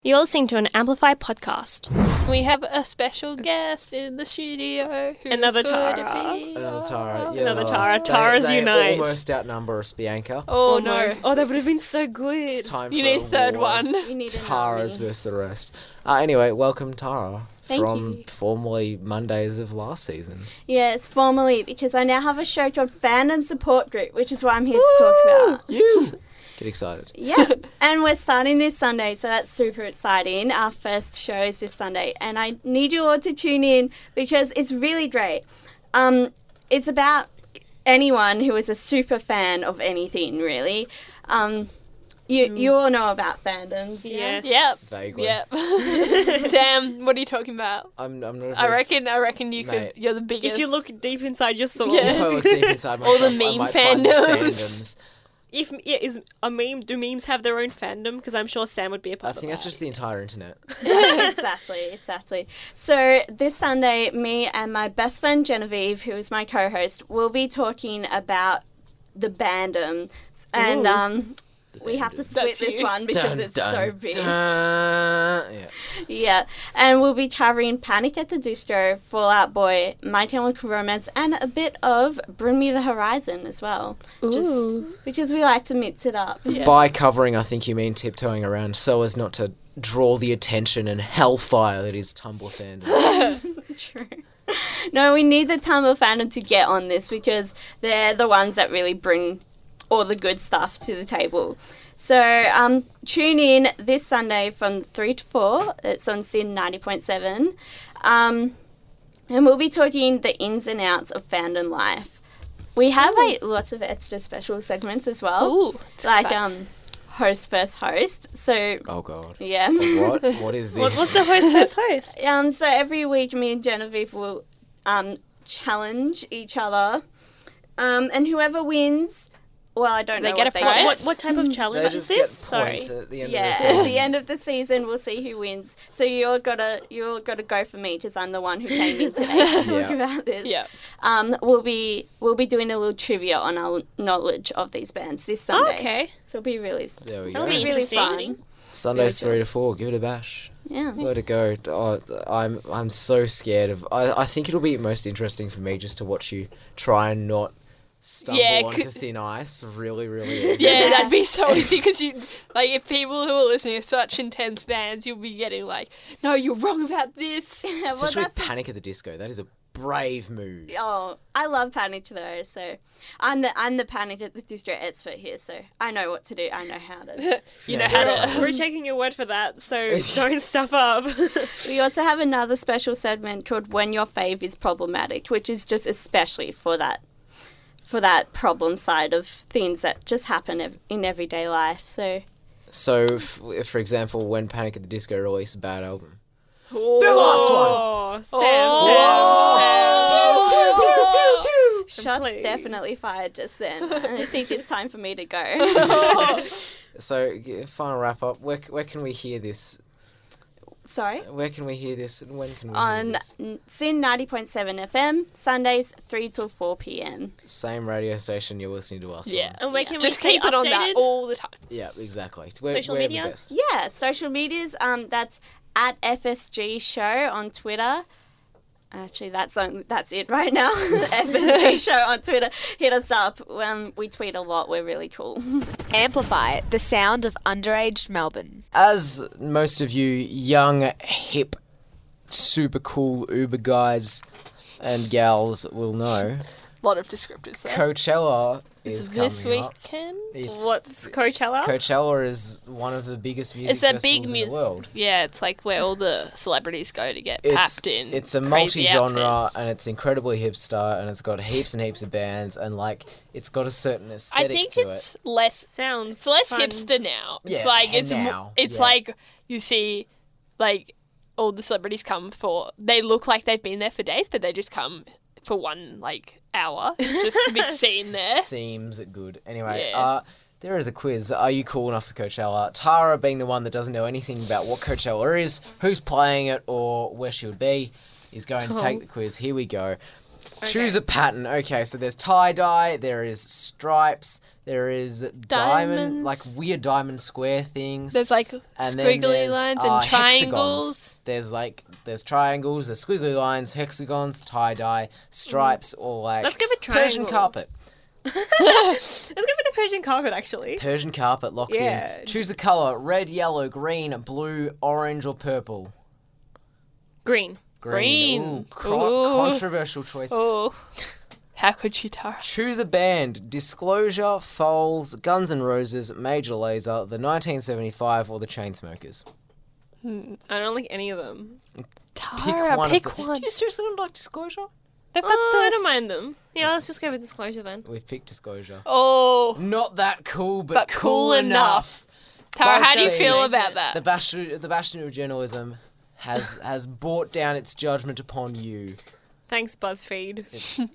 You're listening to an Amplify podcast. We have a special guest in the studio. Who Another could Tara. It be? Another Tara. Yeah, Another well, Tara. They, Tara's they unite. almost outnumber us, Bianca. Oh Almost. no. Oh, that would have been so good. It's time You for need a third war. one. You need an Tara's army. versus the rest. Uh, anyway, welcome Tara Thank from you. formerly Mondays of last season. Yes, formally, because I now have a show called Fandom Support Group, which is what I'm here to talk about. You get excited. Yeah, and we're starting this Sunday, so that's super exciting. Our first show is this Sunday, and I need you all to tune in because it's really great. Um, it's about anyone who is a super fan of anything, really. Um, you, you all know about fandoms. Yes. Yep. Vaguely. Yep. Sam, what are you talking about? I'm, I'm not. a I very- reckon. I reckon you Mate. could. You're the biggest. If you look deep inside your soul, If Yeah. I look deep inside All myself, the I meme might find the fandoms. fandoms. if yeah, is a meme, do memes have their own fandom? Because I'm sure Sam would be a I part think of that's that. just the entire internet. exactly, exactly. So this Sunday, me and my best friend Genevieve, who is my co-host, will be talking about the bandom, and Ooh. um, we have to split That's this you. one because Dun, it's dun, so big. dun. Yeah. Yeah, and we'll be covering Panic at the Disco, Fallout Boy, My Chemical Romance, and a bit of Bring Me the Horizon as well. Just because we like to mix it up. Yeah. By covering, I think you mean tiptoeing around so as not to draw the attention and hellfire that is Tumble Sanders. True. No, we need the Tamil fandom to get on this because they're the ones that really bring all the good stuff to the table. So um, tune in this Sunday from 3 to 4. It's on Sin 90.7. Um, and we'll be talking the ins and outs of fandom life. We have like lots of extra special segments as well, Ooh, like um, host first host. So oh God. yeah, What? What is this? What, what's the host? Who's host? Um, so every week, me and Genevieve will um, challenge each other, um, and whoever wins, well, I don't They know get what a they prize? get. Mm. What, what type Hmm. of They challenge is just this? get Sorry. points at the end Yeah, of the at season. the end of the season, we'll see who wins. So you all gotta, you all gotta go for me because I'm the one who came in today to talk Yeah. about this. Yeah. Um, we'll be, we'll be doing a little trivia on our knowledge of these bands this Oh, Sunday. okay. So it'll be really, it'll There we That'll go. be be really interesting. fun. Sundays three to four. Give it a bash. Yeah. Let it go. Oh, I'm I'm so scared of. I, I think it'll be most interesting for me just to watch you try and not stumble Yeah, onto c- thin ice. Really, really. easy. Yeah, that'd be so easy because you, like, if people who are listening are such intense fans, you'll be getting like, "No, you're wrong about this." Yeah, well, Especially that's the Panic at the Disco. That is a brave move. Oh, I love panic though. So I'm the I'm the panic at the distro expert here. So I know what to do. I know how to. You Yeah, know how yeah. to. We're taking your word for that, so don't stuff up. we also have another special segment called "When Your Fave Is Problematic," which is just especially for that for that problem side of things that just happen ev- in everyday life. So So, f- for example, when Panic at the Disco released a bad album. Oh. oh, Sam, Oh. shots Please. definitely fired just then. I think it's time for me to go. So, g- final wrap up. Where, c- where can we hear this? Sorry. Where can we hear this? And when can we hear On this? n- Sin 90.7 FM, Sundays 3 till 4 p.m. Same radio station you're listening to us. on. Yeah. And where Yeah. can Just we stay keep it on that updated? all the time. Yeah, exactly. We're, Social we're media? The best. Yeah, social medias. Um, that's at FSG Show on Twitter. Actually, that's on, that's it right now. FSG Show on Twitter. Hit us up. Um, we tweet a lot. We're really cool. Amplify the sound of underage Melbourne. As most of you young, hip, super cool Uber guys and gals will know, A lot of descriptives there. Coachella is, this coming up. weekend. It's- What's Coachella? Coachella is one of the biggest music It's a festivals big in music. the world. Yeah, it's like where all the celebrities go to get It's, papped in. it's a crazy multi-genre outfits. and it's incredibly hipster and it's got heaps and heaps of bands and like it's got a certain I aesthetic think to it's less. Sounds It's less fun. hipster now. It's Yeah, like it's mo- now, it's yeah. like you see, like all the celebrities come for. They look like they've been there for days, but they just come for one like hour just to be seen there. it. Seems good. Anyway, eh. Yeah. uh, there is a quiz. Are you cool enough for Coachella? Tara being the one that doesn't know anything about what Coachella is, who's playing it, or where she would be, is going to take the quiz. Here we go. Choose a pattern. Okay, so there's tie dye, there is stripes, there is diamond, Diamonds. like weird diamond square things. There's like and then squiggly there's, lines uh, and hexagons. triangles. There's like there's triangles, there's squiggly lines, hexagons, tie dye, stripes, Mm. or like Let's go for Persian triangle. carpet. Let's go for the Persian carpet, actually. Persian carpet locked Yeah. in. Choose a color: red, yellow, green, blue, orange, or purple. Green. Ooh, Green. cro- Ooh. Controversial choice. Oh, how could she, Tara? Choose a band: Disclosure, Foals, Guns N' Roses, Major Lazer, The 1975, or The Chainsmokers. I don't like any of them. Tara, one Ah, of pick the- one. Do you seriously not like Disclosure? They've got Oh, I this. don't mind them. Yeah, let's just go with disclosure then. We've picked Disclosure. Oh, Not that cool, but, But cool, cool enough. Tara, how do you Basically, feel about that? The bastion, the bastion of journalism, has has brought down its judgment upon you. Thanks, BuzzFeed.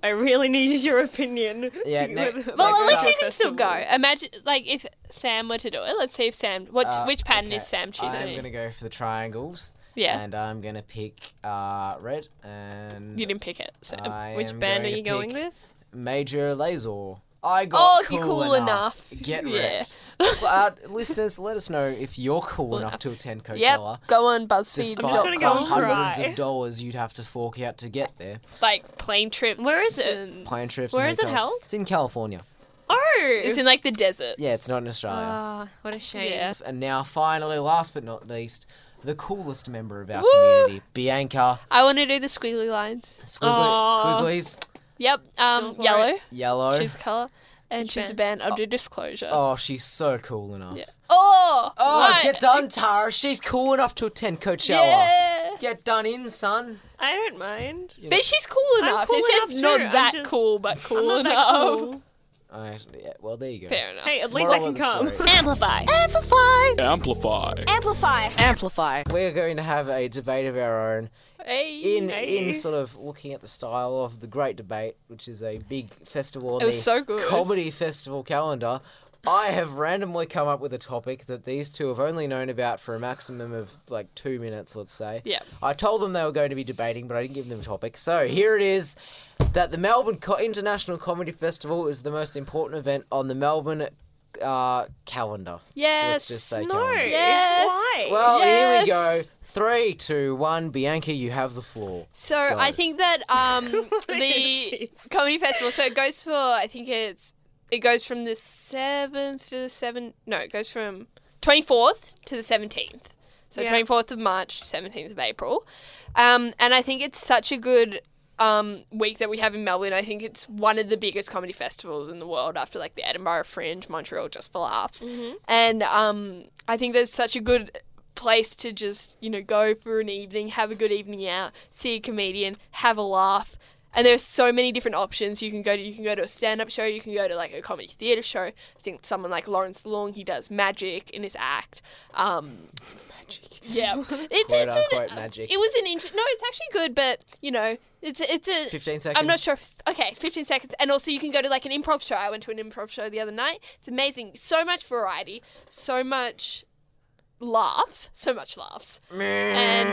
I really needed your opinion. Yeah, to- ne- Well, Like at least Summer you can still go. Imagine, like, if Sam were to do it. Let's see if Sam. What, Uh, which pattern okay. is Sam I'm choosing? gonna go for the triangles. Yeah. And I'm gonna pick uh, red and. uh, You didn't pick it. Sam. I Which am band are going to you going pick with? Major Lazor. I got Oh, cool, you're cool enough. enough. Get Yeah. wrecked. uh, listeners, let us know if you're cool enough to attend Coachella. yep. Go on BuzzFeed. Despite I'm just gonna go the and hundreds cry. of dollars you'd have to fork out to get there. like plane trips. Where is it? and- Plane trips. Where and is it hotels. held? It's in California. Oh, It's in like the desert. Yeah, it's not in Australia. Ah, what a shame. Yeah. and now, finally, last but not least, the coolest member of our Woo! community, Bianca. I want to do the squiggly lines. Aw. Squiggly, squigglies, Yep. Um, for yellow. yellow. Choose color and choose a band. I'll do disclosure. Oh. Oh, she's so cool enough. Yeah. Oh. Oh, right. get done, Tara. She's cool enough to attend Coachella. Yeah. Get done in, son. I don't mind. But she's cool I'm enough. cool it's enough not too, I'm that just- cool, but cool I'm not that enough. cool. I, yeah, well, there you go. Fair enough. Hey, at least Moral I can of the come. story. Amplify. Amplify. Amplify. Amplify. Amplify. We're going to have a debate of our own Hey. in in Hey. sort of looking at the style of the Great Debate, which is a big festival. on It was the so good. Comedy festival calendar. I have randomly come up with a topic that these two have only known about for a maximum of like two minutes, let's say. Yeah. I told them they were going to be debating, but I didn't give them a topic. So here it is that the Melbourne Co- International Comedy Festival is the most important event on the Melbourne uh, calendar. Let's Yes. just say No. calendar. Yes. Why? Well, here we Yes. go. Three, two, one. Bianca, you have the floor. So I Go. think that um What the is this? comedy festival. So it goes for I think it's it goes from the seventh to the seventh. No, it goes from twenty fourth to the seventeenth. So Yeah. twenty fourth of March, seventeenth of April, um, and I think it's such a good um, week that we have in Melbourne. I think it's one of the biggest comedy festivals in the world after like the Edinburgh Fringe, Montreal Just for Laughs, and um, I think there's such a good place to just you know go for an evening, have a good evening out, see a comedian, have a laugh. And there's so many different options you can go to. You can go to a stand-up show. You can go to like a comedy theatre show. I think someone like Lawrence Long, he does magic in his act. Um, magic. Yeah, it's, it's Quote an- unquote magic. It was an interest. No, it's actually good, but you know, it's a- it's a. 15 seconds. I'm not sure if it's, okay, 15 seconds. And also, you can go to like an improv show. I went to an improv show the other night. It's amazing. So much variety, so much laughs, so much laughs. And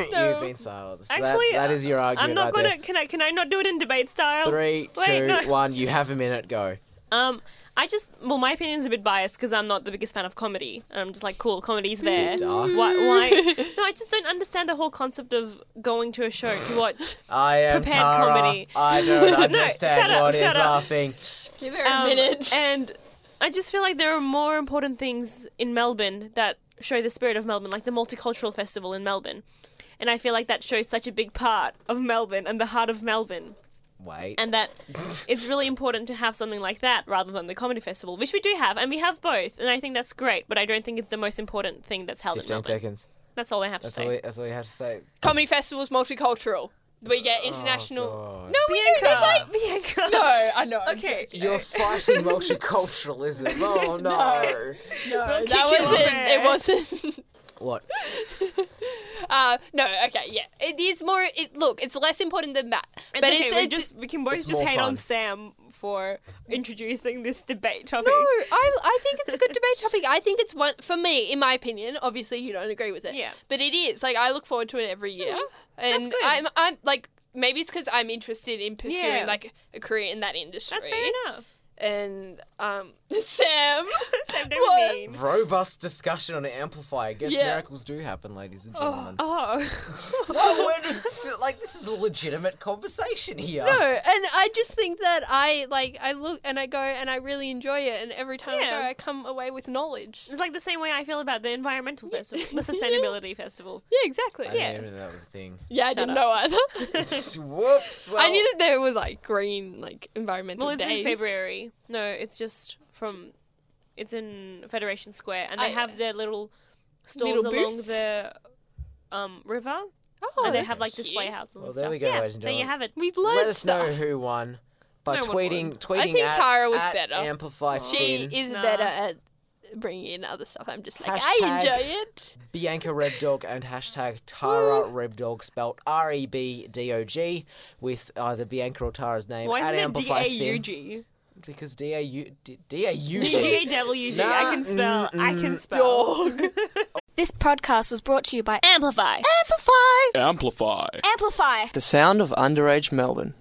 You've No. been silenced. Actually, That's, that is your argument. I'm not right gonna. Can I? Can I not do it in debate style? There. Three, two, one. Wait, no. You have a minute. Go. Um, I just well, my opinion's a bit biased because I'm not the biggest fan of comedy, and I'm just like, cool, comedy's there. Duh. Why? Why? No, I just don't understand the whole concept of going to a show to watch. I am Prepared Tara. comedy. I don't shut understand up, what is shut up. laughing. give her a Um, minute. And I just feel like there are more important things in Melbourne that show the spirit of Melbourne, like the multicultural festival in Melbourne. And I feel like that shows such a big part of Melbourne and the heart of Melbourne. Wait. and that it's really important to have something like that rather than the comedy festival, which we do have, and we have both, and I think that's great. But I don't think it's the most important thing that's held in 15 Melbourne. seconds. That's all I have That's to all, say. we, that's all you have to say. comedy festivals multicultural. We get international. God. no, we do. There's like Bianca. no. I know. I'm Okay. joking. You're fighting multiculturalism. Oh, no. no, kick that you wasn't. off It air. wasn't. what? Uh, no, okay, yeah. It is more. It, look, it's less important than that. It's but okay, it's, we it's just we can both It's just more hate fun. on Sam for introducing this debate topic. No, I, I think it's a good debate topic. I think it's one for me, in my opinion. Obviously, you don't agree with it. Yeah. Mm-hmm. But it is like I look forward to it every year, and good. I'm I'm like maybe it's because I'm interested in pursuing Yeah. like a career in that industry. That's fair enough. And um, Sam, Sam, don't What? be mean. Robust discussion on Amplify. I guess Yeah. miracles do happen, ladies and gentlemen. Oh. Oh, when it's, like this is a legitimate conversation here. no, and I just think that I like I look and I go and I really enjoy it, and every time I Yeah. go, I come away with knowledge. It's like the same way I feel about the environmental festival, the sustainability festival. Yeah, exactly. I Yeah, Yeah. didn't even know that was a thing. I Shut didn't up. know either. Whoops. Well, I knew that there was like green like environmental Well, it's days. in February. No, it's just from. It's in Federation Square, and they I- have their little stalls Little along booths? the um, river, Oh, and they that's have like cute. display houses and Well, stuff. there we go, yeah, ladies and there you gentlemen. have it. We've learned let us know stuff. who won by No one tweeting. won. Tweeting I think at, Tara was at better. Amplify She Sin. is Nah. better at bringing in other stuff. I'm just like, Hashtag- I enjoy it. Bianca Reb Dog and hashtag Tara Reb Dog spelled R E B D O G with either Bianca or Tara's name Why isn't at it D Amplify A Sin. U G? Because D A U D A U D A G. W G. I Nah, can spell. I can mm, spell. This podcast was brought to you by Amplify. Amplify. Amplify. Amplify. The sound of underage Melbourne.